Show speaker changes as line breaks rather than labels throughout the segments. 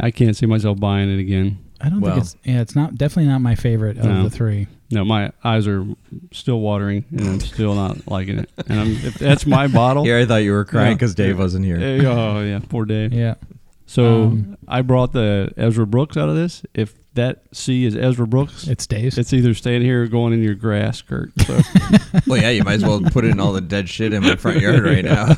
I can't see myself buying it again.
I don't
Well.
think it's yeah, it's not definitely not my favorite of
No.
the three.
No, my eyes are still watering, and I'm still not liking it. And I'm, if that's my bottle.
Here, I thought you were crying
Yeah.
because Dave wasn't here.
eh, oh yeah, poor Dave.
Yeah.
So
Um,
I brought the Ezra Brooks out of this. If that C is Ezra Brooks,
It stays.
it's either staying here or going in your grass, Kurt.
Uh,
So
well, yeah, you might as well put it in all the dead shit in my front yard right now.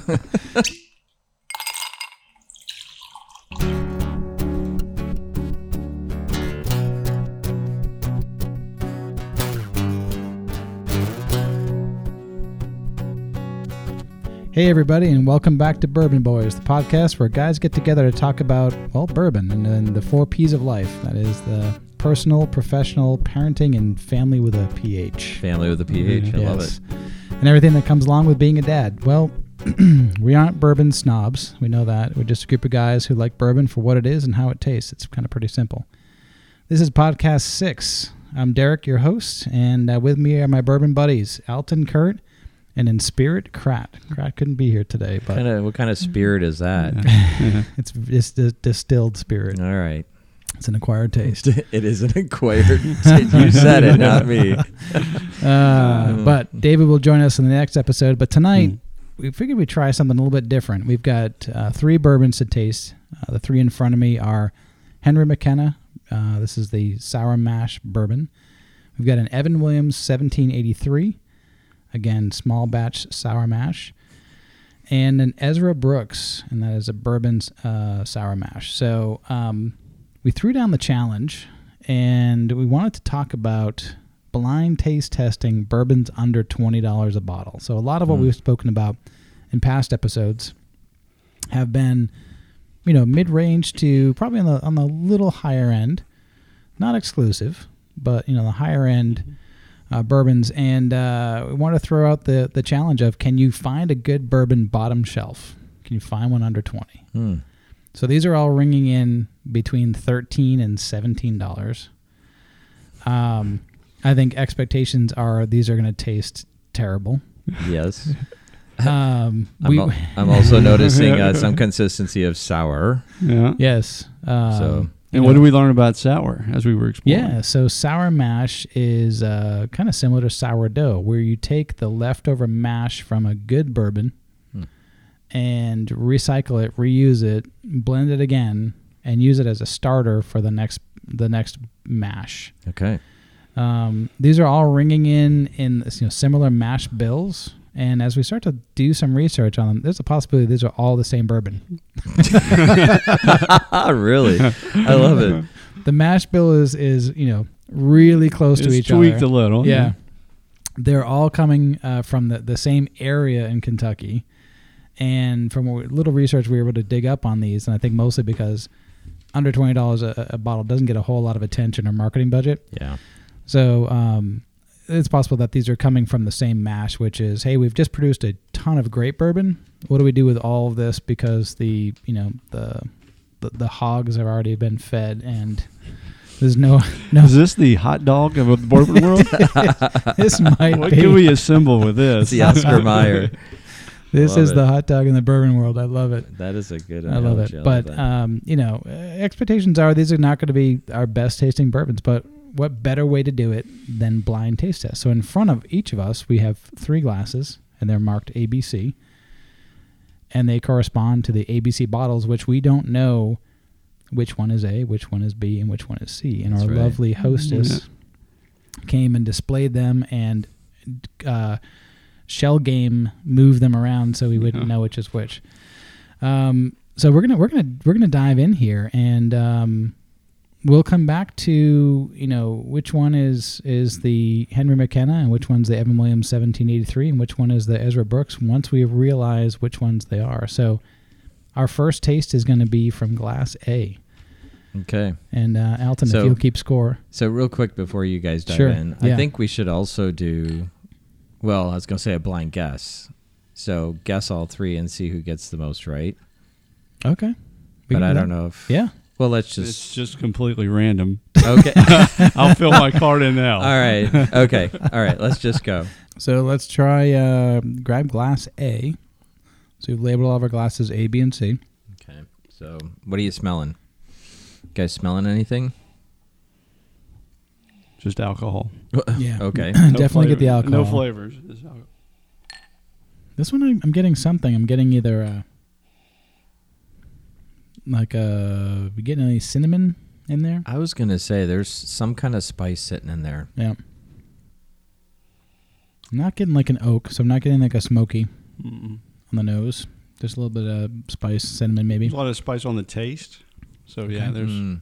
Hey, everybody, and welcome back to Bourbon Boys, the podcast where guys get together to talk about, well, bourbon and then the four P's of life. That is the personal, professional, parenting, and family with a PH.
Family with a PH. I love it.
And everything that comes along with being a dad. Well, we aren't bourbon snobs. We know that. We're just a group of guys who like bourbon for what it is and how it tastes. It's kind of pretty simple. This is podcast six. I'm Derek, your host, and uh, with me are my bourbon buddies, Alton Kurt, and in spirit, Krat. Krat couldn't be here today, but
Kind of, what kind of spirit is that?
it's, it's di- distilled spirit.
All right.
It's an acquired taste.
It is an acquired. you said it, not me.
Uh,
Mm.
but David will join us in the next episode. But tonight,
Mm.
we figured we'd try something a little bit different. We've got uh, three bourbons to taste. Uh, the three in front of me are Henry McKenna. Uh, this is the Sour Mash Bourbon. We've got an Evan Williams 1783. Again, small batch Sour Mash. And an Ezra Brooks, and that is a bourbon uh, sour mash. So um, we threw down the challenge, and we wanted to talk about blind taste testing bourbons under $20 a bottle. So a lot of what
Mm.
we've spoken about in past episodes have been you know mid-range to probably on the on the little higher end not exclusive but you know the higher end uh, bourbons and uh, we want to throw out the the challenge of can you find a good bourbon bottom shelf can you find one under 20
Hmm.
so these are all ringing in between thirteen and seventeen dollars. Um, I think expectations are these are going to taste terrible.
Yes.
Um,
I'm,
we
al- I'm also noticing uh, some consistency of sour.
yeah.
yes. Um,
So-
you
And what
know,
did we learn about sour as we were exploring?
Yeah, so sour mash is uh, kind of similar to sourdough, where you take the leftover mash from a good bourbon
Hmm.
and recycle it, reuse it, blend it again, and use it as a starter for the next the next mash.
Okay.
Um, these are all ringing in in you know, similar mash bills. And as we start to do some research on them, there's a possibility these are all the same bourbon.
Mm-hmm.
Ah, really? I love it.
The mash bill is is you know really close
It's
to each
tweaked
other.
a little.
yeah, they're all coming uh, from the, the same area in Kentucky. And from what little research we were able to dig up on these, and I think mostly because under twenty dollars a a bottle doesn't get a whole lot of attention or marketing budget.
Yeah.
So um, it's possible that these are coming from the same mash, which is, hey, we've just produced a ton of great bourbon. What do we do with all of this? Because the you know the the, the hogs have already been fed, and there's no no.
Is this the hot dog of the bourbon world?
this might
what
be.
can we assemble with this?
It's the Oscar Mayer.
this
Love
is
it.
the hot dog in the bourbon world. I love it.
That is a good.
I love
analogy.
it.
I
But
that.
um, you know, uh, expectations are these are not going to be our best tasting bourbons. But what better way to do it than blind taste test? So in front of each of us, we have three glasses, and they're marked ABC, and they correspond to the ABC bottles, which we don't know which one is A, which one is B, and which one is C. And
That's
our
right.
lovely hostess came and displayed them and. Uh, shell game move them around so we wouldn't
Yeah.
know which is which. Um, so we're gonna we're gonna we're gonna dive in here, and um, we'll come back to you know which one is is the Henry McKenna and which one's the Evan Williams 1783 and which one is the Ezra Brooks once we realize which ones they are. So our first taste is going to be from glass A,
okay.
and uh, Alton,
So-
if you'll keep score,
So real quick before you guys dive
Sure,
in, I
yeah.
think we should also do. Well, I was gonna say a blind guess. So guess all three and see who gets the most right.
okay.
but I don't know if.
Mm-hmm. Yeah,
Well, let's
It's
just.
just completely random.
okay.
I'll fill my card in now.
all right. Okay. All right. Let's just go.
So let's try uh, grab glass A. So we've labeled all of our glasses A, B, and C.
Okay. So what are you smelling? Guys, smelling anything?
Just alcohol.
Yeah.
Okay.
No
Definitely get the
flavor-
alcohol.
No flavors. It's alcohol.
This one, I'm, I'm getting something. I'm getting either uh, like uh, we getting any cinnamon in there?
I was gonna say there's some kind of spice sitting in there.
Yeah. I'm not getting like an oak, so I'm not getting like a smoky
Mm-mm.
on the nose. Just a little bit of spice, cinnamon, maybe.
There's a lot of spice on the taste. So yeah,
Okay.
there's.
Mm.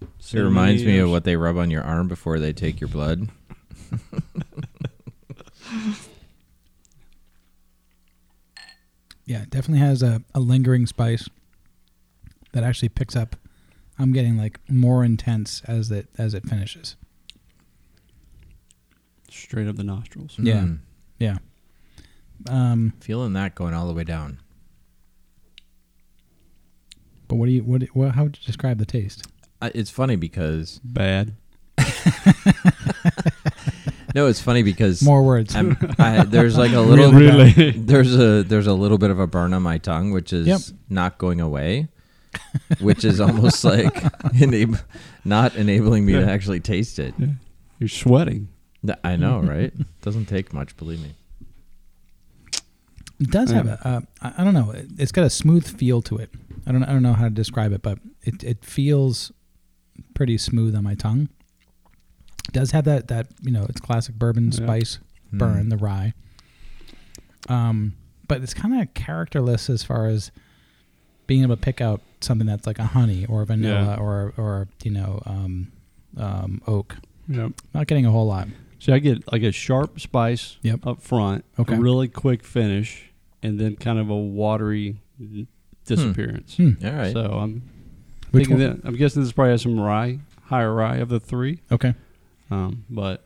It
cinnamon,
reminds me of
there's-
what they rub on your arm before they take your blood.
Yeah, it definitely has a, a lingering spice that actually picks up. I'm getting like more intense as it as it finishes.
straight up the nostrils.
Yeah.
Mm.
Um,
Feeling that going all the way down.
but what do you what, do- what how would you describe the taste?
I, it's funny because
Bad.
no, it's funny because
More words.
I'm, I, there's like a little
Really?
there's a there's a little bit of a burn on my tongue, which is
Yep.
not going away, which is almost like enab- not enabling me to
Yeah.
actually taste it.
You're sweating.
Th- I know, right? Doesn't take much, believe me.
It does
Yeah.
have a, uh, I I don't know. it- It's got a smooth feel to it. I don't, I don't know how to describe it, but it, it feels pretty smooth on my tongue. It does have that, that, you know, it's classic bourbon
Yeah. Mm-hmm.
spice
Hmm.
burn, the rye. Um, but it's kind of characterless as far as being able to pick out something that's like a honey or a vanilla
Yeah.
or, or, you know, um, um, oak.
Yep.
Not getting a whole lot.
See, I get like a sharp spice
Yep.
up front,
Okay.
a really quick finish, and then kind of a watery disappearance.
Hmm.
All right.
So I'm
Which
thinking
one?
that I'm guessing this probably has some rye, higher rye of the three.
Okay.
Um, but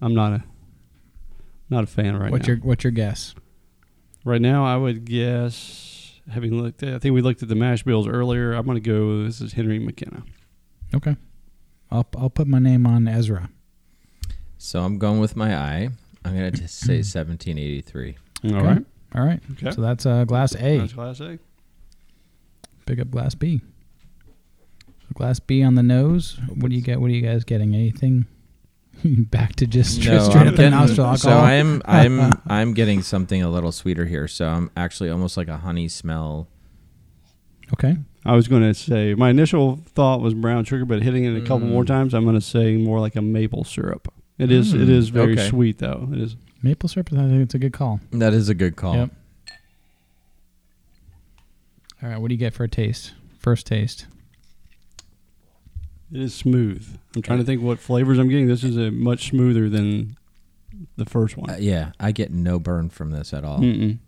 I'm not a not a fan right
what's
now.
your, what's your guess?
right now, I would guess having looked at, I think we looked at the mash bills earlier. I'm going to go. This is Henry McKenna.
Okay. I'll, I'll put my name on Ezra.
So I'm going with my eye. I'm gonna just say 1783.
All right.
All right.
Okay.
So that's uh, glass A.
That's class A.
Pick up glass B. So glass B on the nose. What do you get? What are you guys getting? Anything? Back to just straight, straight
I'm
up the
getting-
nostril alcohol.
So I'm I'm I'm getting something a little sweeter here. So I'm actually almost like a honey smell.
okay.
I was going to say my initial thought was brown sugar, but hitting it a couple
Mm.
more times, I'm going to say more like a maple syrup. It is. It
Mm,
is very
okay.
sweet though. It is.
Maple syrup. I think it's a good call.
That is a good call.
Yep. All right. What do you get for a taste? First taste.
It is smooth. I'm trying to think what flavors I'm getting. This is a much smoother than the first
Uh,
one.
yeah, I get no burn from this at all.
Mm-mm.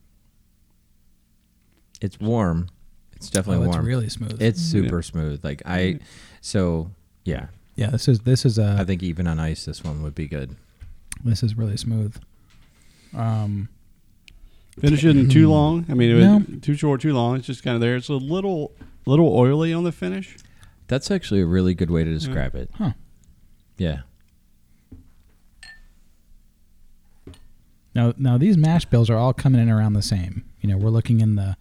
It's warm. It's
oh,
definitely
it's
warm.
really smooth.
It's super smooth. Like I, so yeah,
yeah. This is this is
I
a
think even on ice, this one would be good.
this is really smooth. Um.
Finish it in
Mm.
too long. I mean, it was
No.
too short, too long. It's just kind of there. It's a little, little oily on the finish.
That's actually a really good way to describe it.
Huh.
Yeah.
Now, now these mash bills are all coming in around the same. You know, we're looking in the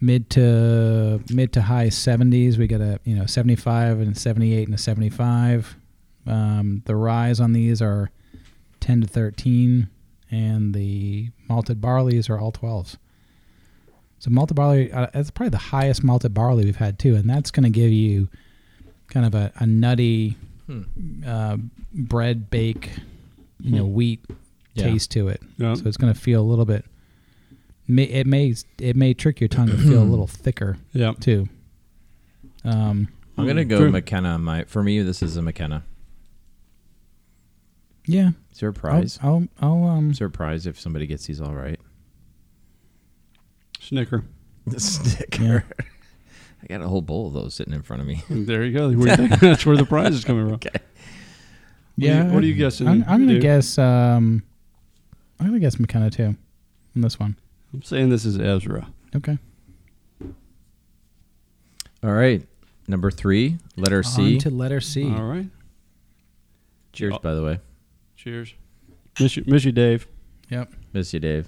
mid to mid to high seventies. We got a you know seventy five and seventy eight and a seventy five. Um, the rise on these are ten to thirteen, and the malted barleys are all twelves. So malted barley, uh, that's probably the highest malted barley we've had too, and that's going to give you kind of a, a nutty
Hmm.
uh, bread bake, you know,
Hmm.
wheat
Yeah.
taste to it.
Yeah.
So it's going to feel a little bit. May, it may it may trick your tongue to feel a little thicker
yeah.
too. Um,
I'm gonna
Mm,
go
true.
McKenna. on My for me, this is a McKenna.
yeah, I'll,
Surprise!
I'll, I'll um,
Surprise if somebody gets these all right.
Snicker.
Sticker. I got a whole bowl of those sitting in front of me.
There you go. Where you- That's where the prize is coming from.
yeah.
What are you, what are you guessing?
I'm, I'm gonna
dude?
guess. Um, I'm gonna guess McKenna too, on this one.
I'm saying this is Ezra.
Okay.
All right, number three, letter C.
On to letter C.
All right.
Cheers,
Oh.
by the way.
Cheers. Miss you, miss you Dave.
Yep.
Miss you, Dave.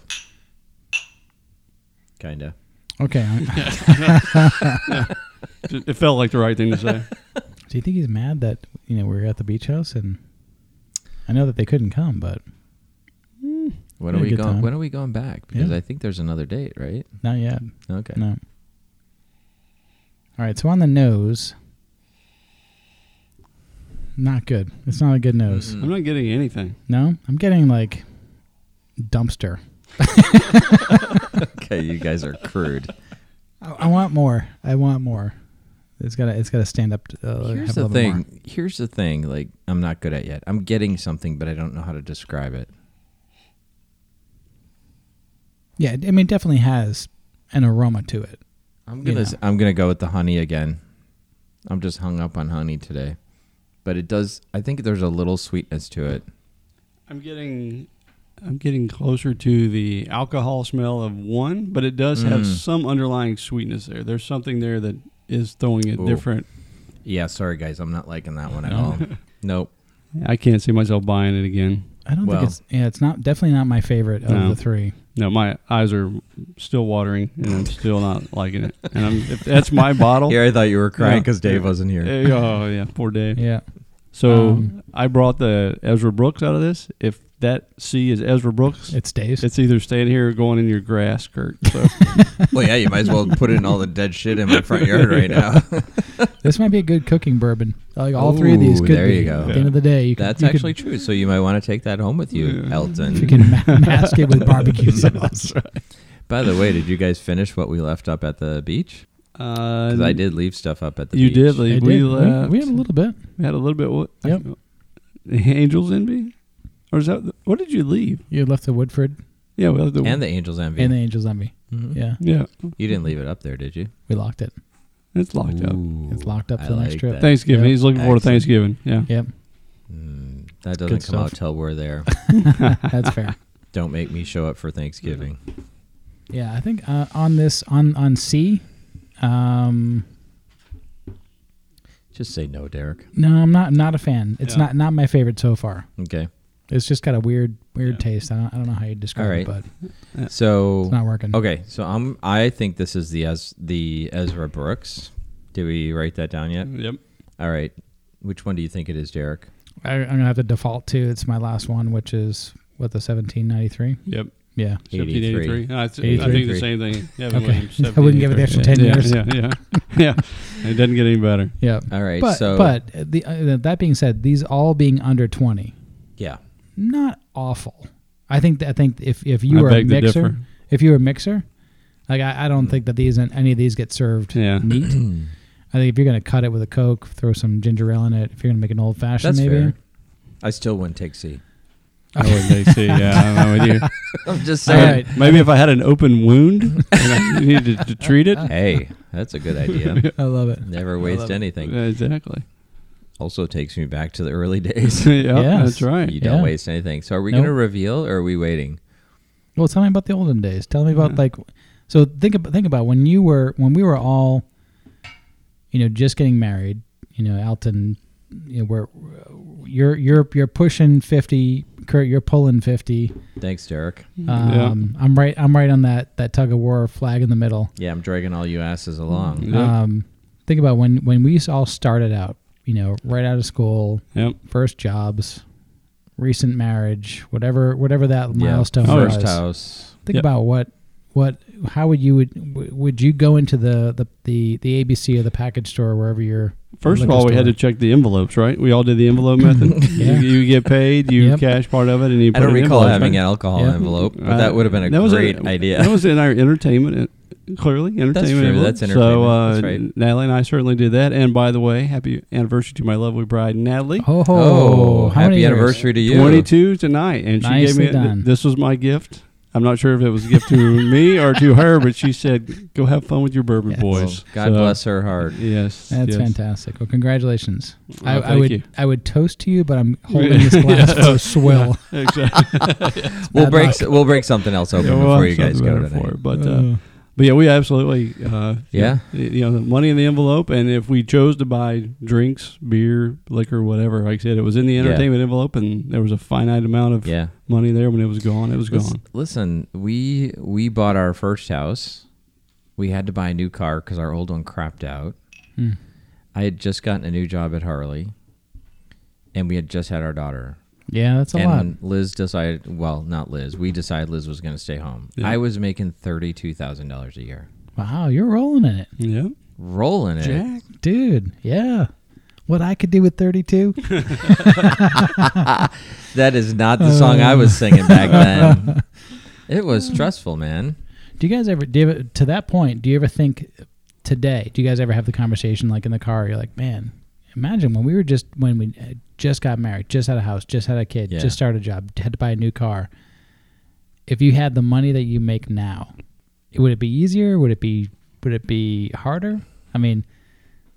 Kinda.
Okay. I-
It felt like the right thing to say.
Do you think he's mad that you know we were at the beach house and I know that they couldn't come, but
When
Had
are
a
we
good
going?
time.
When are we going back? Because
Yeah.
I think there's another date, right?
not yet.
Okay.
No. All right, so on the nose, not good. It's not a good nose.
I'm not getting anything.
No, I'm getting like dumpster.
Okay, you guys are crude.
I, I want more. I want more. It's gotta. It's gotta stand up. To, uh,
Here's
have a little
the
bit
thing.
more.
Here's the thing. Like, I'm not good at yet. I'm getting something, but I don't know how to describe it.
Yeah, I mean, it definitely has an aroma to it.
I'm
You
gonna.
know.
s- I'm gonna go with the honey again. I'm just hung up on honey today, but it does. I think there's a little sweetness to it.
I'm getting I'm getting closer to the alcohol smell of one, but it does have
Mm.
some underlying sweetness there. There's something there that is throwing it
Ooh.
different.
Yeah, sorry guys, I'm not liking that one at
No.
all. Nope.
I can't see myself buying it again.
I don't
Well.
think it's. Yeah, it's not definitely not my favorite of
No.
the three.
No, my eyes are still watering, and I'm still not liking it. And I'm, if that's my bottle.
Here, I thought you were crying
Yeah.
because Dave wasn't here.
eh, oh yeah, poor Dave.
Yeah.
So
Um,
I brought the Ezra Brooks out of this. If that C is Ezra Brooks,
It stays.
it's either staying here or going in your grass, Kurt. So
well, yeah, you might as well put in all the dead shit in my front yard right now.
this might be a good cooking bourbon. Like all three of these
Ooh,
could
there
be.
you go.
At the end of the day, you could-
That's
you could-
actually true. So you might want to take that home with you,
Yeah.
Elton.
you can ma- mask it with barbecue sauce.
By the way, did you guys finish what we left up at the beach?
uh,
Because I did leave stuff up at the
You
beach.
did
I
leave.
did.
We
We,
left.
we had a little bit.
We had a little bit. What?
Yep.
Angels envy, or is that what did you leave?
You had left the Woodford
Yeah, well, the,
And the Angels Envy.
and the Angels Envy.
Mhm.
Yeah,
yeah,
You didn't leave it up there, did you?
we locked it.
it's locked up.
Ooh,
It's locked up
I
for the next
like
trip.
that.
Thanksgiving.
Yep.
He's looking forward to Thanksgiving.
Excellent.
Yeah.
Yep,
Mm, that doesn't come out
stuff.
till we're there.
that's fair.
Don't make me show up for Thanksgiving.
Yeah, I think uh, on this on on C. Um,
Just say no, Derek.
no, I'm not not a fan. It's
Yeah.
not not my favorite so far.
Okay.
It's just got a weird weird
Yeah.
taste. I don't, I don't know how you describe it,
Alright.
but
So
it's not working.
Okay, so I'm. I think this is the Ez, the Ezra Brooks. Did we write that down yet?
Yep.
All right. Which one do you think it is, Derek?
I, I'm gonna have to default to it's my last one, which is what the 1793.
Yep.
Yeah.
83.
1783. I, th- I
83.
think the same thing. Yeah, but
Okay.
Williams,
I wouldn't give it the
1783.
extra
yeah,
10 years.
Yeah, yeah, yeah. It doesn't get any better.
Yeah.
All right.
but
so
but uh, the, uh, that being said, these all being under 20,
yeah,
not awful. I think that, I think if if you
I
were a
beg to
mixer,
differ.
if you were a mixer, like I, I don't think that these and any of these get served
Yeah.
neat. I think if you're gonna cut it with a coke, throw some ginger ale in it. If you're gonna make an old fashioned,
that's
maybe
fair. I still wouldn't take C.
I would they see. Yeah, I'm with you.
I'm just
All
saying.
right.
Maybe if I had an open wound and I needed to treat it.
Hey, that's a good idea.
I love it.
Never
I love
waste
it.
anything.
Exactly.
Also takes me back to the early days.
yeah,
Yes.
that's right.
You don't
Yeah.
waste anything. So are we
Nope.
going to reveal or are we waiting?
Well, tell me about the olden days. Tell me about
Yeah.
like, so think about think about when you were when we were all, you know, just getting married. You know, Elton, you know, we're you're you're you're pushing fifty. Kurt, you're pulling fifty.
Thanks, Derek.
Um, I'm right. I'm right on that that tug of war flag in the middle.
Yeah, I'm dragging all you asses along.
Yep.
Um, think about when when we all started out. You know, right out of school,
Yep.
first jobs, recent marriage, whatever whatever that milestone
Oh,
yeah,
was.
first house.
think
Yeah.
about what what how would you would would you go into the the the, the ABC or the package store wherever you're
First of
liquor
all, we had to
store.
check the envelopes, right? We all did the envelope method.
Yeah.
you, you get paid, you
Yep.
cash part of it, and you.
I
Put
don't
it in
recall
envelopes,
having
right?
an alcohol
Yeah.
envelope, but
Uh,
that would have been a
was
great
in-
idea.
That was in our entertainment, uh, clearly entertainment.
true,
envelope.
that's
So
entertainment,
uh,
that's right.
Natalie and I certainly did that. And by the way, happy anniversary to my lovely bride, Natalie.
ho ho how
Oh,
many
happy
years?
anniversary to you.
22 tonight, and she gave
Nicely
me th-
done.
this was my gift. I'm not sure if it was a gift to me or to her, but she said, "Go have fun with your bourbon
Yes.
Well,
boys."
God
So,
bless her heart.
Yes,
That's
yes.
fantastic. Well, congratulations.
Oh,
I, I
thank
would
you.
I would toast to you, but I'm holding this glass for a swill.
Exactly.
We'll
Bad
break
luck.
s- we'll break something else open
Yeah, we'll
before
have
you guys
something
go
better
tonight.
for it, but uh, But yeah, we absolutely, uh,
Yeah.
you know, the money in the envelope, and if we chose to buy drinks, beer, liquor, whatever, like I said, it was in the
Yeah.
entertainment envelope, and there was a finite amount of
yeah.
money there. When it was gone, it was
Listen,
gone.
listen, we we bought our first house. We had to buy a new car because our old one crapped out.
Hmm.
I had just gotten a new job at Harley, and we had just had our daughter.
Yeah, that's a lot.
and Liz decided, well, not Liz. We decided Liz was going to stay home.
Yeah.
I was making thirty-two thousand dollars a year,
Wow, you're rolling in it,
Yeah.
rolling it.
Jack.
dude. Yeah, what I could do with 32.
That is not the song I was singing back then. It was stressful, man.
do you guys ever? Do you ever, to that point? Do you ever think today? Do you guys ever have the conversation like in the car? You're like, man, imagine when we were just when we uh, just got married, just had a house, just had a kid,
Yeah.
just started a job, had to buy a new car. If you had the money that you make now, would it be easier? Would it be would it be harder? I mean,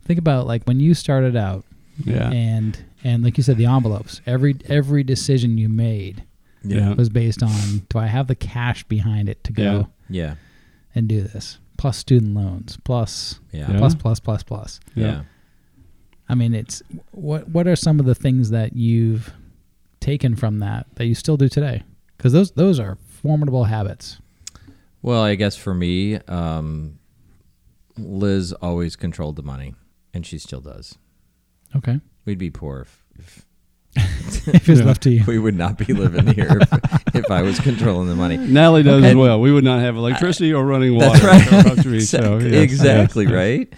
think about like when you started out.
Yeah.
and and like you said the envelopes every every decision you made
Yeah.
was based on do i have the cash behind it to go
Yeah.
Yeah,
and do this plus student loans plus
yeah,
Yeah.
plus plus plus plus
yeah.
i mean it's what what are some of the things that you've taken from that that you still do today because those those are formidable habits
Well, I guess for me, um, Liz always controlled the money, and she still does.
okay
We'd be poor if, if
if it's
Yeah.
left to you
we would not be living here if, if I was controlling the money.
Natalie does as
And-
well. We would not have electricity or running water.
That's
right.
exactly, exactly right.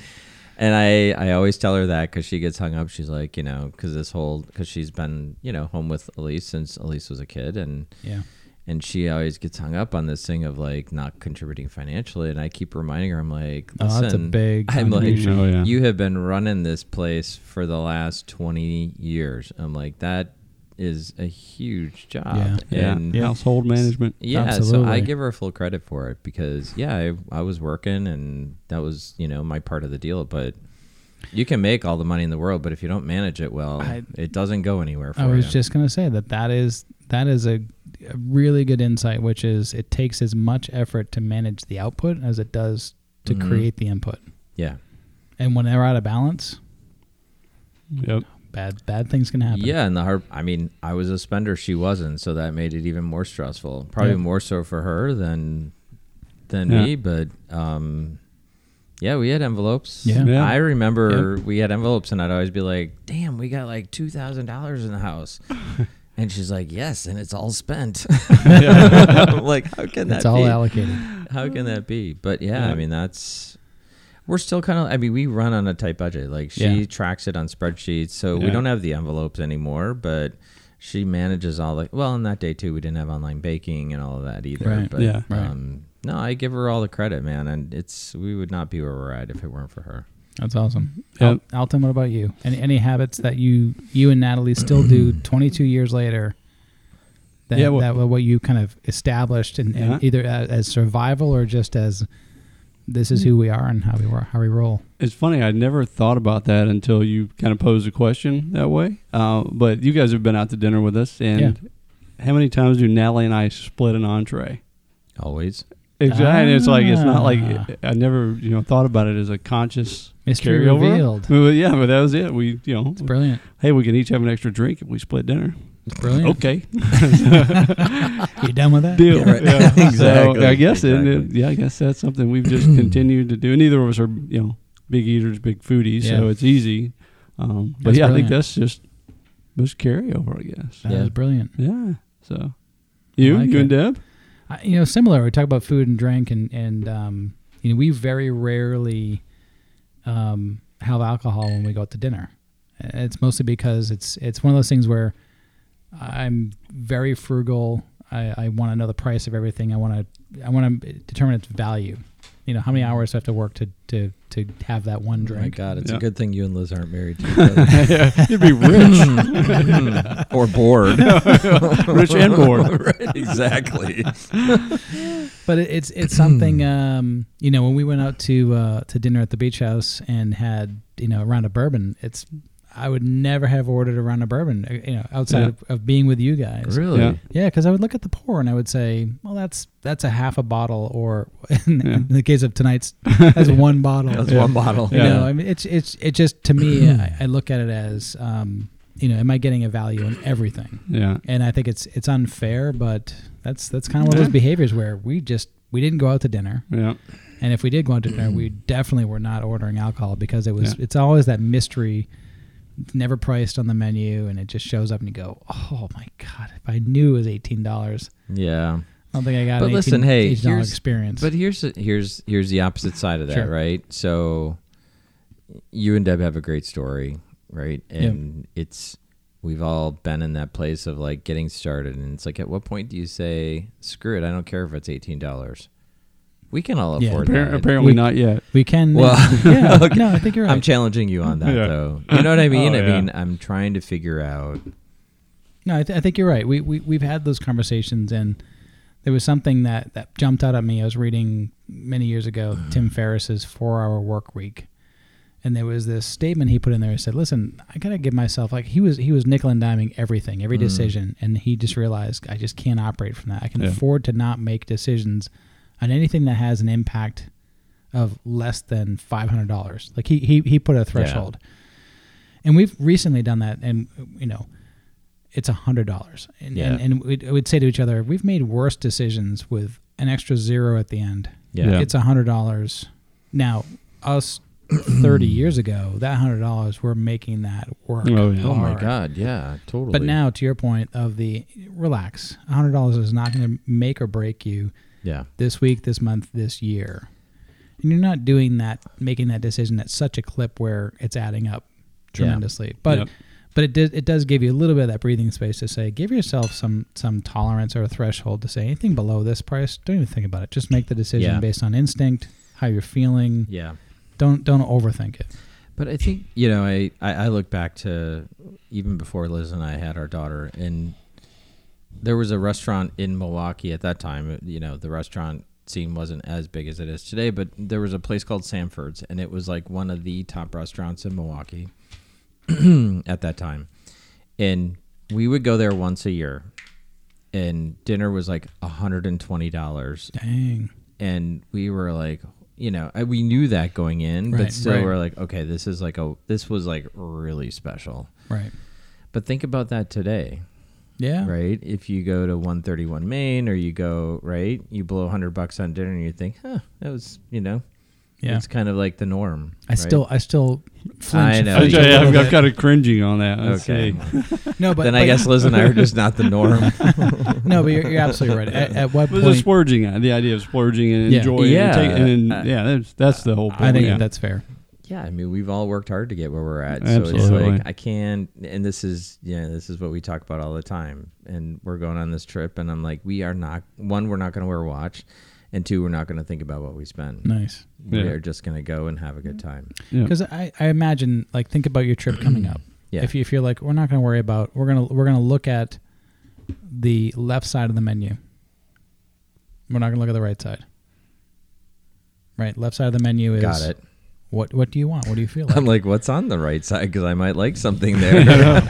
And I, I always tell her that because she gets hung up. She's like, you know, because this whole because she's been you know home with Elise since Elise was a kid, and
yeah
and she always gets hung up on this thing of like not contributing financially. And I keep reminding her, I'm like,
Oh,
listen,
that's a big
I'm like,
contribution.
Oh, yeah.
you have been running this place for the last 20 years. I'm like, that is a huge job.
Yeah.
Yeah.
And
Yeah.
Household management.
yeah, so I
Absolutely.
give her full credit for it because yeah, I, I was working and that was you know my part of the deal. But you can make all the money in the world, but if you don't manage it well,
I-
it doesn't go anywhere. For
I was
you.
just gonna say that that is that is a, a really good insight, which is it takes as much effort to manage the output as it does to
Mm-hmm.
Mhm.
create the input.
yeah,
And when they're out of balance,
Yep.
bad bad things can happen.
yeah. And the hard, I mean, I was a spender, she wasn't, so that made it even more stressful. Probably
Yeah.
more so for her than than
Yeah.
me, but um, yeah, we had envelopes.
Yeah.
Yeah.
I remember we had envelopes, and I'd always be like, "Damn, we got like two thousand dollars in the house." And she's like, "Yes, and it's all spent." I'm like, how can that
it's all
be?
allocated.
How can that be? But yeah,
Yeah.
I mean, that's we're still kind of. I mean, we run on a tight budget. Like she
Yeah.
tracks it on spreadsheets, so we
Yeah.
don't have the envelopes anymore. But she manages all the. Well, on that day too, we didn't have online baking and all of that either.
Right.
But,
Yeah.
Right.
Um, no, I give her all the credit, man, and it's we would not be where we're at if it weren't for her.
That's awesome.
Oh.
Yeah.
Al- Alton, what about you? Any any habits that you you and Natalie still do 22 years later? That,
Yeah, well-
that were what you kind of established, and,
Yeah.
and either uh, as, as survival or just as this
Mm.
is who we are and how we were, how we roll.
It's funny. I never thought about that until you kind of posed a question that way. Uh, but you guys have been out to dinner with us, and how many times do Natalie and I split an entree?
Always.
Exactly. and it's like it's not like
Ah.
I never you know thought about it as a conscious
Mystery
carryover.
revealed.
Well, yeah, but that was it. We you know
It's brilliant.
hey, we can each have an extra drink if we split dinner.
It's brilliant.
Okay,
You done with that?
deal.
Yeah, right.
Yeah. So
Exactly.
I guess it- it,
Exactly.
yeah, I guess that's something we've just continued to do. And neither of us are you know big eaters, big foodies, so
Yeah.
it's easy. Um, but
That's
yeah, I think
brilliant.
that's just just carryover, I guess.
That
Yeah.
was brilliant.
Yeah. So you,
like
you and
it.
Deb.
I, you know, similar. We talk about food and drink, and and um, you know, we very rarely um, have alcohol when we go out to dinner. It's mostly because it's it's one of those things where I'm very frugal. I, I want to know the price of everything. I want to I want to determine its value. You know, how many hours do I have to work to to to have that one
Oh my
drink?
God, it's
Yeah.
a good thing you and Liz aren't married. To each other.
You'd be rich,
Mm-hmm. or bored.
rich and bored.
Right, exactly.
But it, it's it's something um, you know when we went out to uh, to dinner at the beach house and had you know a round of bourbon. It's I would never have ordered a round of bourbon uh, you know outside
Yeah.
of, of being with you guys.
Really?
Yeah.
Yeah, because I would look at the pour and I would say, well, that's that's a half a bottle, or in,
Yeah.
in the case of tonight's, that's one bottle.
That's
Yeah.
one bottle.
You
Yeah.
know, I mean, it's it's it just to me, I, I look at it as um, you know, am I getting a value in everything?
Yeah.
and I think it's it's unfair, but that's that's kind of one of
Yeah.
those behaviors where we just we didn't go out to dinner
Yeah.
And if we did go out to dinner, we
Mm-hmm.
definitely were not ordering alcohol because it was it's always that mystery it's never priced on the menu and it just shows up and you go, Oh my god, if I knew it was eighteen dollars,
Yeah.
I don't think I got
But
an
listen,
18
hey,
$18
here's-
experience.
But here's here's here's the opposite side of that,
Sure.
right? So you and Deb have a great story, right? And it's we've all been in that place of like getting started and it's like at what point do you say, Screw it, I don't care if it's eighteen dollars. We can all
Yeah.
afford
Appar-
Appar-
that.
apparently
We-
not yet.
we can
Well,
Yeah. No, I think you're right.
I'm challenging you on that
Yeah.
though. You know what I mean?
Oh,
I
yeah.
mean I'm trying to figure out
No, I, th- I think you're right. We, we we've had those conversations, and there was something that that jumped out at me. I was reading many years ago Tim Ferriss's Four Hour Work Week, and there was this statement he put in there. He said, "Listen, I gotta give myself like he was he was nickel and diming everything, every
Mm.
decision, and he just realized I just can't operate from that. I can
Yeah.
afford to not make decisions on anything that has an impact of less than five hundred dollars. Like he he he put a threshold." And we've recently done that, and you know, it's a hundred dollars. And,
Yeah.
and and we'd, we'd say to each other, we've made worse decisions with an extra zero at the end.
Yeah.
It's a hundred dollars. Now, us thirty years ago, that hundred dollars, we're making that work.
Oh, yeah.
Oh my
hard.
god, yeah, totally.
But now, to your point of the relax, a hundred dollars is not going to make or break you
Yeah.
this week, this month, this year. And you're not doing that, making that decision at such a clip where it's adding up tremendously. But
Yep.
but it does it does give you a little bit of that breathing space to say, give yourself some some tolerance or a threshold to say anything below this price, don't even think about it. Just make the decision
Yeah.
based on instinct, how you're feeling.
Yeah.
Don't don't overthink it.
But I think you know, I, I I look back to even before Liz and I had our daughter, and there was a restaurant in Milwaukee at that time. Uh, You know, the restaurant scene wasn't as big as it is today, but there was a place called Sanford's, and it was like one of the top restaurants in Milwaukee at that time. And we would go there once a year, and dinner was like hundred and twenty dollars,
Dang.
and we were like you know I- we knew that going in
Right,
but still
right.
we're like okay this is like a this was like really special
Right.
but think about that today
Yeah.
right if you go to 131 main or you go right you blow 100 bucks on dinner and you think huh that was you know
Yeah.
it's kind of like the norm
I still I still flinch.
I know.
flinch a
Okay,
little
I've,
bit.
I've got a cringing on that. Let's
okay
see.
no, but
then
but-
i guess liz and i are just not the norm
no, but you're, you're absolutely right. At, at what
But the
point?
splurging, uh, the idea of splurging and
Yeah.
enjoying,
Yeah.
and, take, and
Uh,
yeah, that's that's the whole point.
I think
yeah.
that's fair.
yeah i mean we've all worked hard to get where we're at so it's
Absolutely.
like i can and this is yeah this is what we talk about all the time and we're going on this trip and i'm like we are not one we're not going to wear a watch and two we're not going to think about what we spend
Nice.
we
Yeah.
are just going to go and have a good time
Yeah.
Because I, I imagine, like, think about your trip coming up.
Yeah.
If you feel like we're not going to worry about, we're gonna we're gonna look at the left side of the menu. We're not gonna look at the right side. Right, left side of the menu is.
got it
What What do you want? What do you feel like?
i'm like what's on the right side because i might like something there
Why
at
are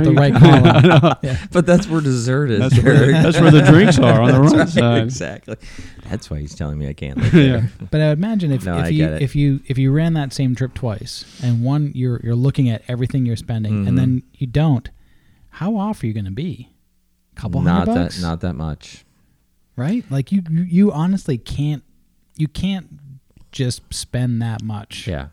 the
you-
right column. yeah.
but that's where dessert is
That's where,
Derek.
that's where the drinks are on the
That's
wrong
right,
side.
exactly that's why he's telling me i can't look
Yeah.
there.
But I would imagine if,
No,
if
I
you
get it.
if you if you ran that same trip twice and one you're you're looking at everything you're spending
Mm-hmm.
and then you don't, how off are you going to be? Couple
not
hundred
that
bucks,
not that much
right? Like you, you you honestly can't you can't just spend that much
yeah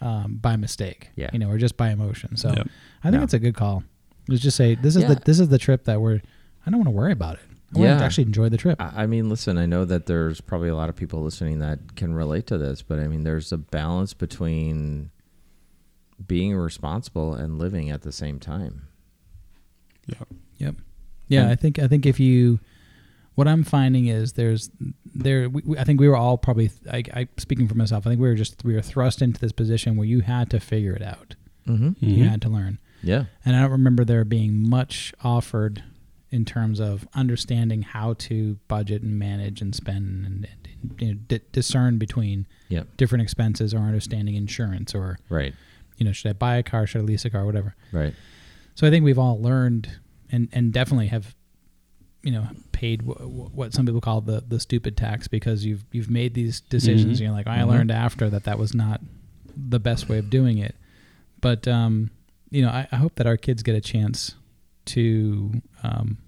um, by mistake,
Yeah.
you know, or just by emotion. So
Yep.
I think
No.
it's a good call. Let's just say this is the
Yeah.
this is the trip that we're. I don't want to worry about it. I want to
Yeah. Uh,
actually enjoy the trip.
I I mean, listen, I know that there's probably a lot of people listening that can relate to this, but I mean, there's a balance between being responsible and living at the same time.
Yep. Yeah,
And-
I think I think if you, what I'm finding is there's there. We, we- I think we were all probably. I, I speaking for myself. I think we were just we were thrust into this position where you had to figure it out.
Mm-hmm.
You
Mhm.
had to learn,
Yeah.
and I don't remember there being much offered in terms of understanding how to budget and manage and spend and, and you know, di- discern between
Yep.
different expenses or understanding insurance or
Right.
you know should I buy a car, should I lease a car, whatever.
Right.
So I think we've all learned and and definitely have you know paid w- what some people call the the stupid tax because you've you've made these decisions
Mhm.
you know like I
Mhm.
learned after that that was not the best way of doing it. But um you know I, I hope that our kids get a chance to um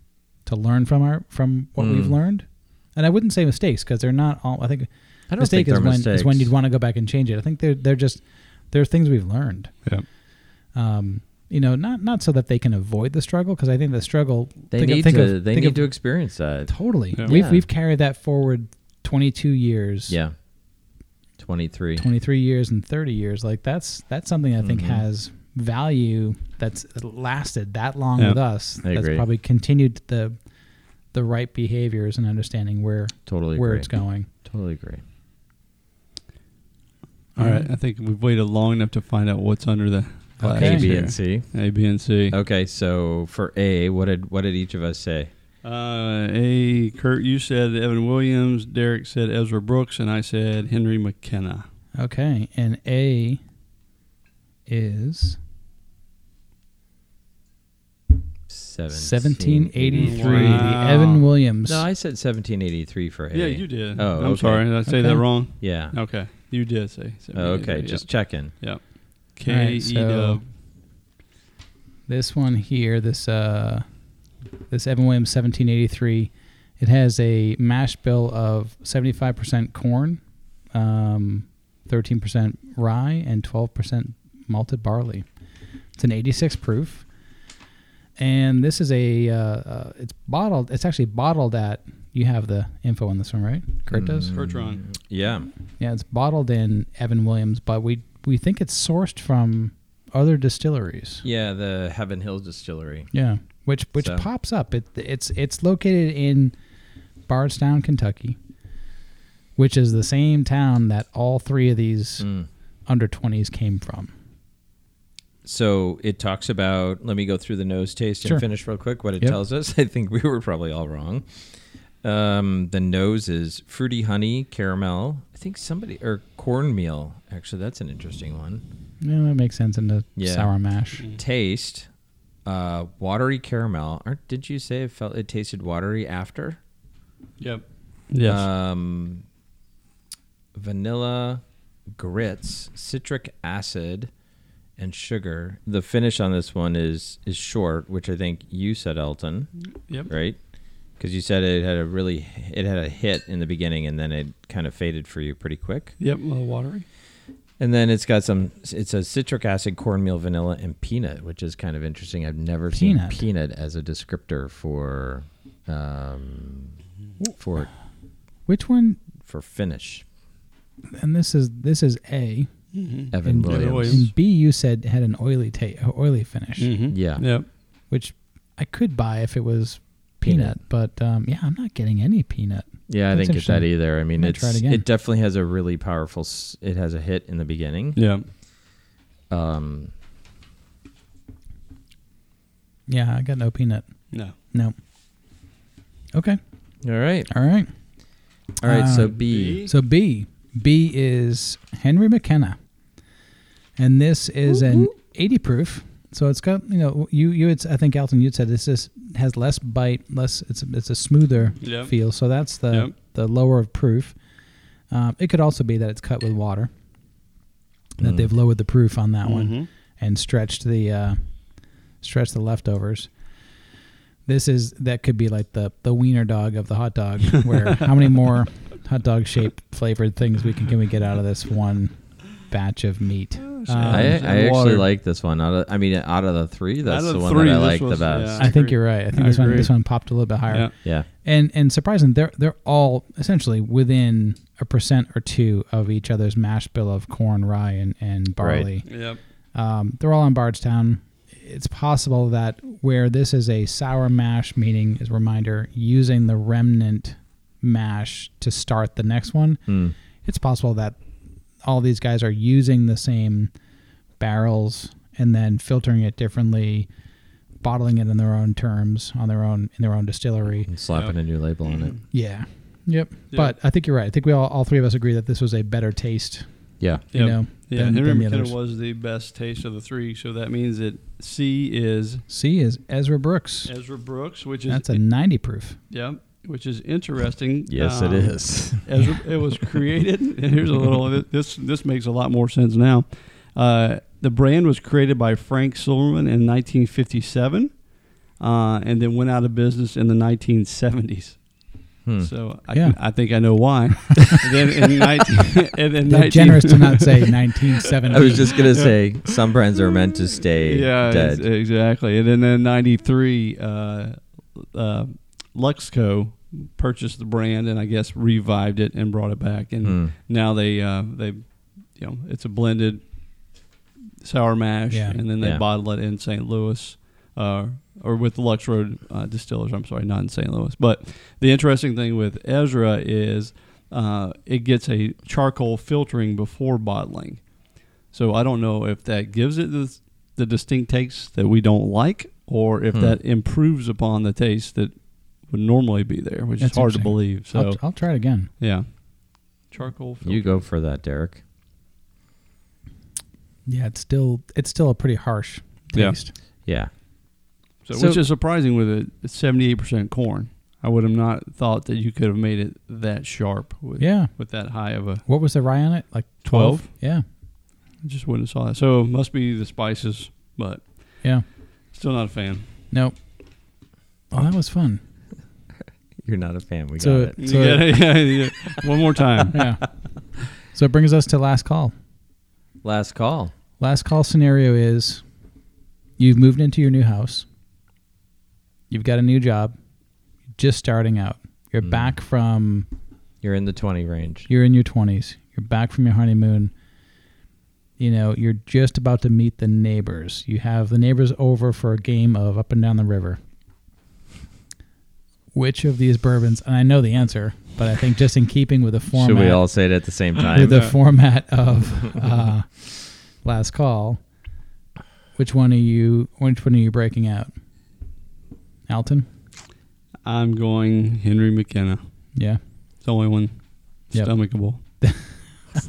to learn from our from what we've
Mm.
learned. And I wouldn't say mistakes because they're not all I think
I don't
mistake
think
is
they're
when is when
mistakes.
you'd want to go back and change it. I think they're they're just they're things we've learned.
Yeah.
Um, you know, not not so that they can avoid the struggle because I think the struggle
They
think of-
need
think
to.
of-
they
think
need
of-
to experience that.
totally.
Yeah.
We've
Yeah.
we've carried that forward twenty two years.
Yeah. Twenty three.
23 years and 30 years like that's that's something i think
Mhm.
has value that's lasted that long
Yeah.
with us
I
that's
agree.
probably continued the the right behaviors and understanding where
Totally
where
agree.
it's going
Totally agree.
All right,
Mm-hmm.
I think we've waited long enough to find out what's under the glass
Okay.
A, B,
here.
and C.
A, B, and C.
Okay, so for A, what did what did each of us say?
Uh, a Kurt, you said Evan Williams. Derek said Ezra Brooks, and I said Henry McKenna.
okay and a is 1783
Wow.
evan williams
No, I said 1783 for A.
Yeah, you did.
Oh,
I'm
okay.
sorry, did I say
Okay.
that wrong?
Yeah.
Okay, you did say.
Oh, okay, just checking.
K
All
E
right, so-
W.
this one here this uh this evan williams 1783 it has a mash bill of 75% corn um 13% rye and 12% malted barley it's an 86 proof and this is a uh, uh it's bottled it's actually bottled at you have the info on this one right kurt does
Mm,
Kurtron.
Yeah.
yeah it's bottled in evan williams but we we think it's sourced from other distilleries
Yeah, the Heaven Hills Distillery.
yeah, which which
So-
pops up. It it's it's located in Bardstown, Kentucky, which is the same town that all three of these
Mm.
under twenties came from.
So it talks about. Let me go through the nose taste and
Sure.
finish real quick. What it
Yep.
tells us. I think we were probably all wrong. Um, the nose is fruity honey, caramel. I think somebody or cornmeal. Actually, that's an interesting one.
Yeah, that makes sense in the
Yeah.
sour mash.
Taste, uh, watery caramel. Aren't, did you say it felt it tasted watery after?
Yep. Yes.
Uh,
um, vanilla, grits, citric acid, and sugar. The finish on this one is is short, which I think you said, Elton,
yep.
right? Because you said it had a really it had a hit in the beginning, and then it kind of faded for you pretty quick.
Yep. A little watery.
And then it's got some. It says citric acid, cornmeal, vanilla, and peanut, which is kind of interesting. I've never
Peanut.
seen peanut as a descriptor for um, for
Which one?
for finish.
And this is this is A. And-
Evan Williams. Mm.
Williams.
And B, you said had an oily ta- oily finish,
Mm-hmm.
Yeah.
Yep.
which I could buy if it was peanut. But um, yeah, I'm not getting any peanut.
Yeah, I
That's
didn't get that
interesting.
either. I mean,
might try
it's,
it
it,
again.
definitely has a really powerful. s- It has a hit in the beginning.
Yeah.
Um,
Yeah, I got no peanut.
No.
No. Okay.
all right,
All right.
all right. so
Uh,
B,
So B, B is Henry McKenna, and this is an 80 proof. So it's got you know you you had I think Elton you would said this is has less bite, less it's a, it's a smoother
Yep.
feel. So that's the
Yep.
the lower of proof. Um, it could also be that it's cut with water. That
Mm.
they've lowered the proof on that one
Mm-hmm.
Mhm.
and stretched the uh, stretched the leftovers. This is that could be like the the wiener dog of the hot dog. Where how many more hot dog shaped flavored things we can can we get out of this one batch of meat?
I I
Um,
and
actually
water.
like this one. Out of, I mean, out of the three, that's
Out of
the one
three,
that I
this
like the
was-
best.
yeah.
I think
agree.
you're right. I think
I
this one
agree.
this one popped a little bit higher.
Yeah.
Yeah.
And and surprising, they're they're all essentially within a percent or two of each other's mash bill of corn, rye, and and
Right.
barley.
Yep.
Um, they're all in Bardstown. It's possible that where this is a sour mash, meaning, as a reminder, using the remnant mash to start the next one,
Mm.
it's possible that all these guys are using the same barrels and then filtering it differently, bottling it in their own terms, on their own in their own distillery.
And slapping a new label on
Mm.
it.
Yeah. Yep.
Yeah.
But I think you're right. I think we all, all three of us agree that this was a better taste,
Yeah.
you
Yep.
know,
Yeah,
than,
Henry
than the
McKenna
others.
was the best taste of the three, so that means that C is
C is Ezra Brooks.
Ezra Brooks, which is
That's a 90 proof.
yep, which is interesting.
Yes,
Um,
it is.
Ezra, it was created. And here's a little. This this makes a lot more sense now. Uh, the brand was created by Frank Silverman in 1957, uh, and then went out of business in the 1970s.
Hmm.
So I,
Yeah.
I think I know why. and then in 19, and then
They're
19
generous to not say 1970.
I was just gonna say some brands are meant to stay
yeah, ex-
dead.
exactly. And then in '93, uh, uh, Luxco purchased the brand and I guess revived it and brought it back. And
Hmm.
now they uh, they, you know, it's a blended sour mash,
Yeah.
and then they
Yeah.
bottle it in St. Louis. Uh, or with the Lux Road uh, distillers, I'm sorry, not in St. Louis. But the interesting thing with Ezra is uh, it gets a charcoal filtering before bottling. So I don't know if that gives it the, the distinct taste that we don't like, or if
Hmm.
that improves upon the taste that would normally be there, which
That's
is hard to
interesting.
believe. So
I'll, I'll try it again.
yeah, charcoal. Filter.
You go for that, Derek.
Yeah, it's still it's still a pretty harsh
Yeah.
taste.
Yeah.
So,
So-
which is surprising with it. It's seventy-eight percent corn. I would have not thought that you could have made it that sharp
Yeah.
with with that high of a
What was the rye on it? Like 12?
twelve.
Yeah.
I just wouldn't have saw that. So it must be the spices, but
Yeah.
still not a fan.
Nope. Well, that was fun.
You're not a fan. We
So-
got it.
So-
yeah, yeah, yeah. One more time.
Yeah. so it brings us to last call.
Last call.
Last call scenario is you've moved into your new house. You've got a new job. Just starting out. You're
Mm.
back from
You're in the 20 range.
you're in your 20s. You're back from your honeymoon. You know, you're just about to meet the neighbors. You have the neighbors over for a game of up and down the river. Which of these bourbons, and I know the answer, but I think just in keeping with the format
Should we all say it at the same
with
time?
the
uh,
format of uh, last call, which one are you which one are you breaking out? Alton?
I'm going Henry McKenna.
Yeah.
It's the only one
Yep.
stomachable.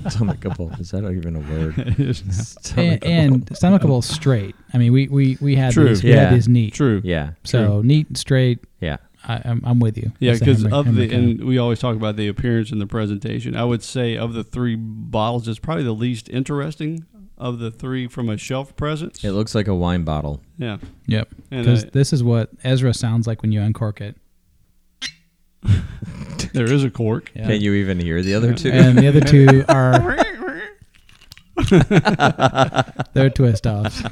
Stomachable. Is that even a word?
And,
Stomachable.
and stomachable straight. I mean, we we we had
True.
these we had
Yeah.
these neat.
True.
yeah.
So neat and straight.
Yeah.
I, I'm, I'm with you.
Yeah,
It's a
because
Henry-
of
Henry
the
Cavill.
and we always talk about the appearance and the presentation. I would say of the three bottles, it's probably the least interesting of the three from a shelf presence.
It looks like a wine bottle.
yeah,
yep.
and
Because
uh,
this is what Ezra sounds like when you uncork it.
there is a cork.
Yeah.
Can you even hear the other two?
and the other two are they're twist offs.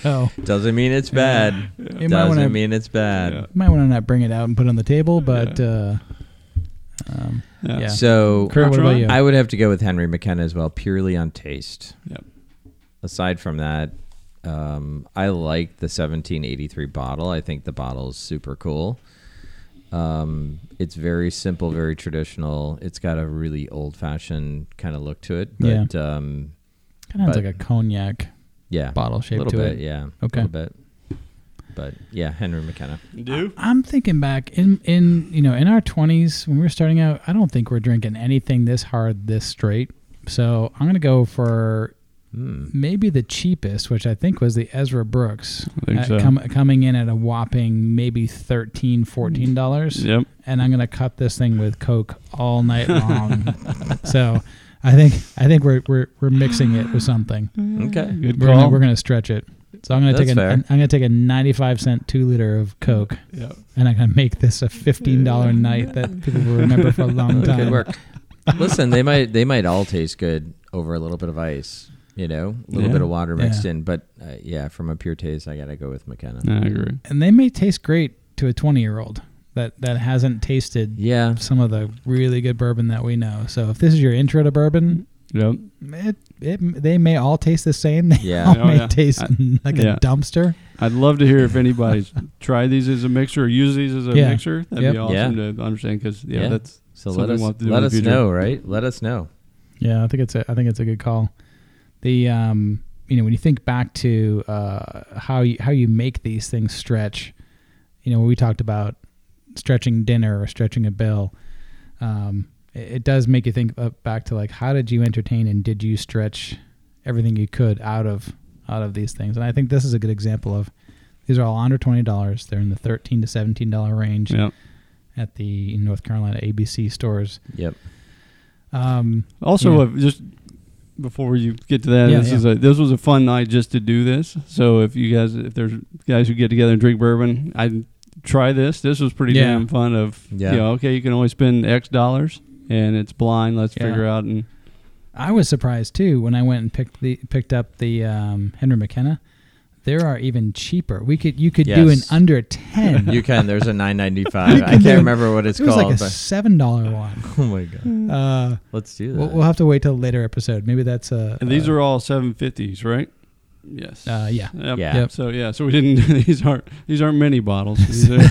So
Doesn't mean it's bad.
you might
Doesn't
want to
mean it's
Uh,
bad.
might want to not bring it out and put it on the table, but uh, um,
Yeah.
yeah.
So
Kurt, what
Ultron?
about you?
I would have to go with Henry McKenna as well, purely on taste.
Yep.
Aside from that, um, I like the 1783 bottle. I think the bottle is super cool. Um, it's very simple, very traditional. It's got a really old fashioned kind of look to it. But yeah, um,
kind of
but-
like a cognac
yeah
bottle
a
shape
little
to
bit.
it.
Yeah.
Okay.
A little bit. But yeah, Henry McKenna.
Do
I'm thinking back in in you know in our 20s when we were starting out. I don't think we're drinking anything this hard, this straight. So I'm gonna go for
Hmm.
maybe the cheapest, which I think was the Ezra Brooks,
I think
at-
so.
com- coming in at a whopping maybe 13
Mm.
dollars.
Yep.
and I'm gonna cut this thing with Coke all night long. so I think I think we're we're, we're mixing it with something.
Okay.
Good
We're gonna,
call.
we're gonna stretch it. So I'm gonna
That's
take a
fair.
am gonna take a 95 cent two liter of Coke,
Yep.
and I'm gonna make this a 15 dollar night that people will remember for a long time.
Good work. Listen, they might they might all taste good over a little bit of ice, you know, a little
Yeah.
bit of water mixed
Yeah.
in. But uh, yeah, from a pure taste, I gotta go with McKenna.
Mm.
I agree.
And they may taste great to a 20 year old that that hasn't tasted
Yeah,
some of the really good bourbon that we know. So if this is your intro to bourbon,
Yep.
it, it they may all taste the same. They
Yeah.
all
Oh,
may
yeah.
taste like
yeah.
a dumpster.
I'd love to hear if anybody's tried these as a mixer or used these as a
Yeah.
mixer. That'd
Yep.
be awesome to understand because yeah,
Yeah.
that's
so
Something
let us
we'll have to do
let
in the
us
future.
know, right? Let us know.
Yeah, I think it's a I think it's a good call. The um, you know, when you think back to uh, how you how you make these things stretch, you know, we talked about stretching dinner or stretching a bill. Um, it, it does make you think up back to like how did you entertain and did you stretch everything you could out of out of these things? And I think this is a good example of these are all under twenty dollars. They're in the thirteen to seventeen dollar range
yeah.
at the North Carolina ABC stores.
Yep.
Um,
Also,
Yeah.
if just before you get to that,
Yeah,
this
yeah.
is a this was a fun night just to do this. So if you guys, if there's guys who get together and drink bourbon, I try this. This was pretty
Yeah.
damn fun. Of yeah,
Yeah.
okay, you can only spend X dollars, and it's blind. Let's
Yeah.
figure out and
I was surprised too when I went and picked the picked up the um, Henry McKenna. There are even cheaper. We could you could do an
Yes.
under ten.
You can. There's a 9.95.
You
I
can do-
can't remember what it's
it was
called.
like a
but-
seven dollar one.
oh my god.
Uh,
Let's do that.
we'll, we'll have to wait till a later episode. Maybe that's a.
and these
a-
are all seven fifties, right? Uh, Yes.
Uh, yeah.
Yep.
Yeah.
Yep.
So yeah, so we didn't. These aren't these aren't many bottles. These are,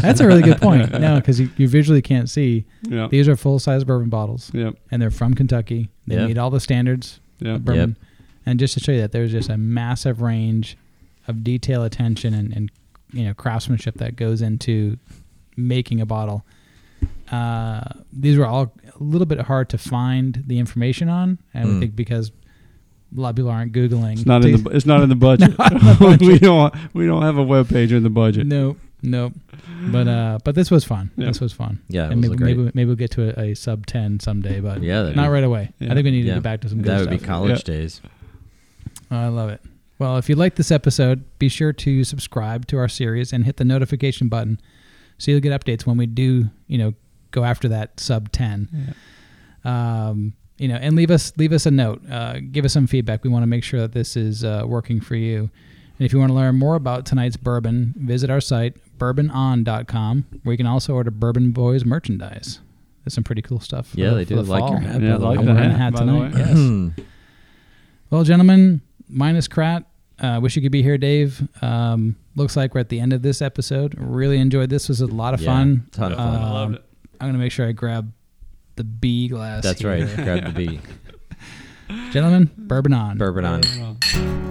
that's a really good point. No, because you, you visually can't see.
yeah.
These are full size bourbon bottles,
Yep.
and they're from Kentucky. They
Yeah.
meet all the standards
Yep.
of bourbon. And just to show you that there's just a massive range of detail, attention, and, and you know craftsmanship that goes into making a bottle. Uh, these were all a little bit hard to find the information on, and we
Mm.
think because a lot of people aren't googling.
Hmm. It's not in the. bu- It's not in the budget. we don't. We don't have a web page in the budget.
Nope, nope. But uh, but this was fun.
Yeah.
This was fun.
yeah, it
and
was
maybe,
great.
maybe maybe we'll get to a, a sub ten someday, but
yeah, that'd
not
be,
right away.
Yeah.
I think we need to
Yeah.
get back to some good
That would
stuff.
be college days.
Oh, I love it. Well, if you like this episode, be sure to subscribe to our series and hit the notification button so you'll get updates when we do, you know, go after that sub 10.
Yeah.
Um, you know, and leave us leave us a note. Uh, give us some feedback. We want to make sure that this is uh, working for you. And if you want to learn more about tonight's bourbon, visit our site bourbonon.com where you can also order Bourbon Boys merchandise. There's some pretty cool stuff. for
Yeah,
the-
they
for
do.
the
Like your
fall.
hat,
Yeah, by the like way.
I'm
the
wearing a
hat,
hat
by the
tonight.
way.
Yes.
Hmm.
Well, gentlemen, minus Krat. Uh, wish you could be here, Dave. Um, looks like we're at the end of this episode. Really enjoyed this. This was a lot of
Yeah,
fun.
ton of
I
fun.
Um,
loved it.
I'm gonna make sure I grab the B glass.
That's
here.
right. Grab the B.
gentlemen. Bourbon on.
Bourbon on.
Well.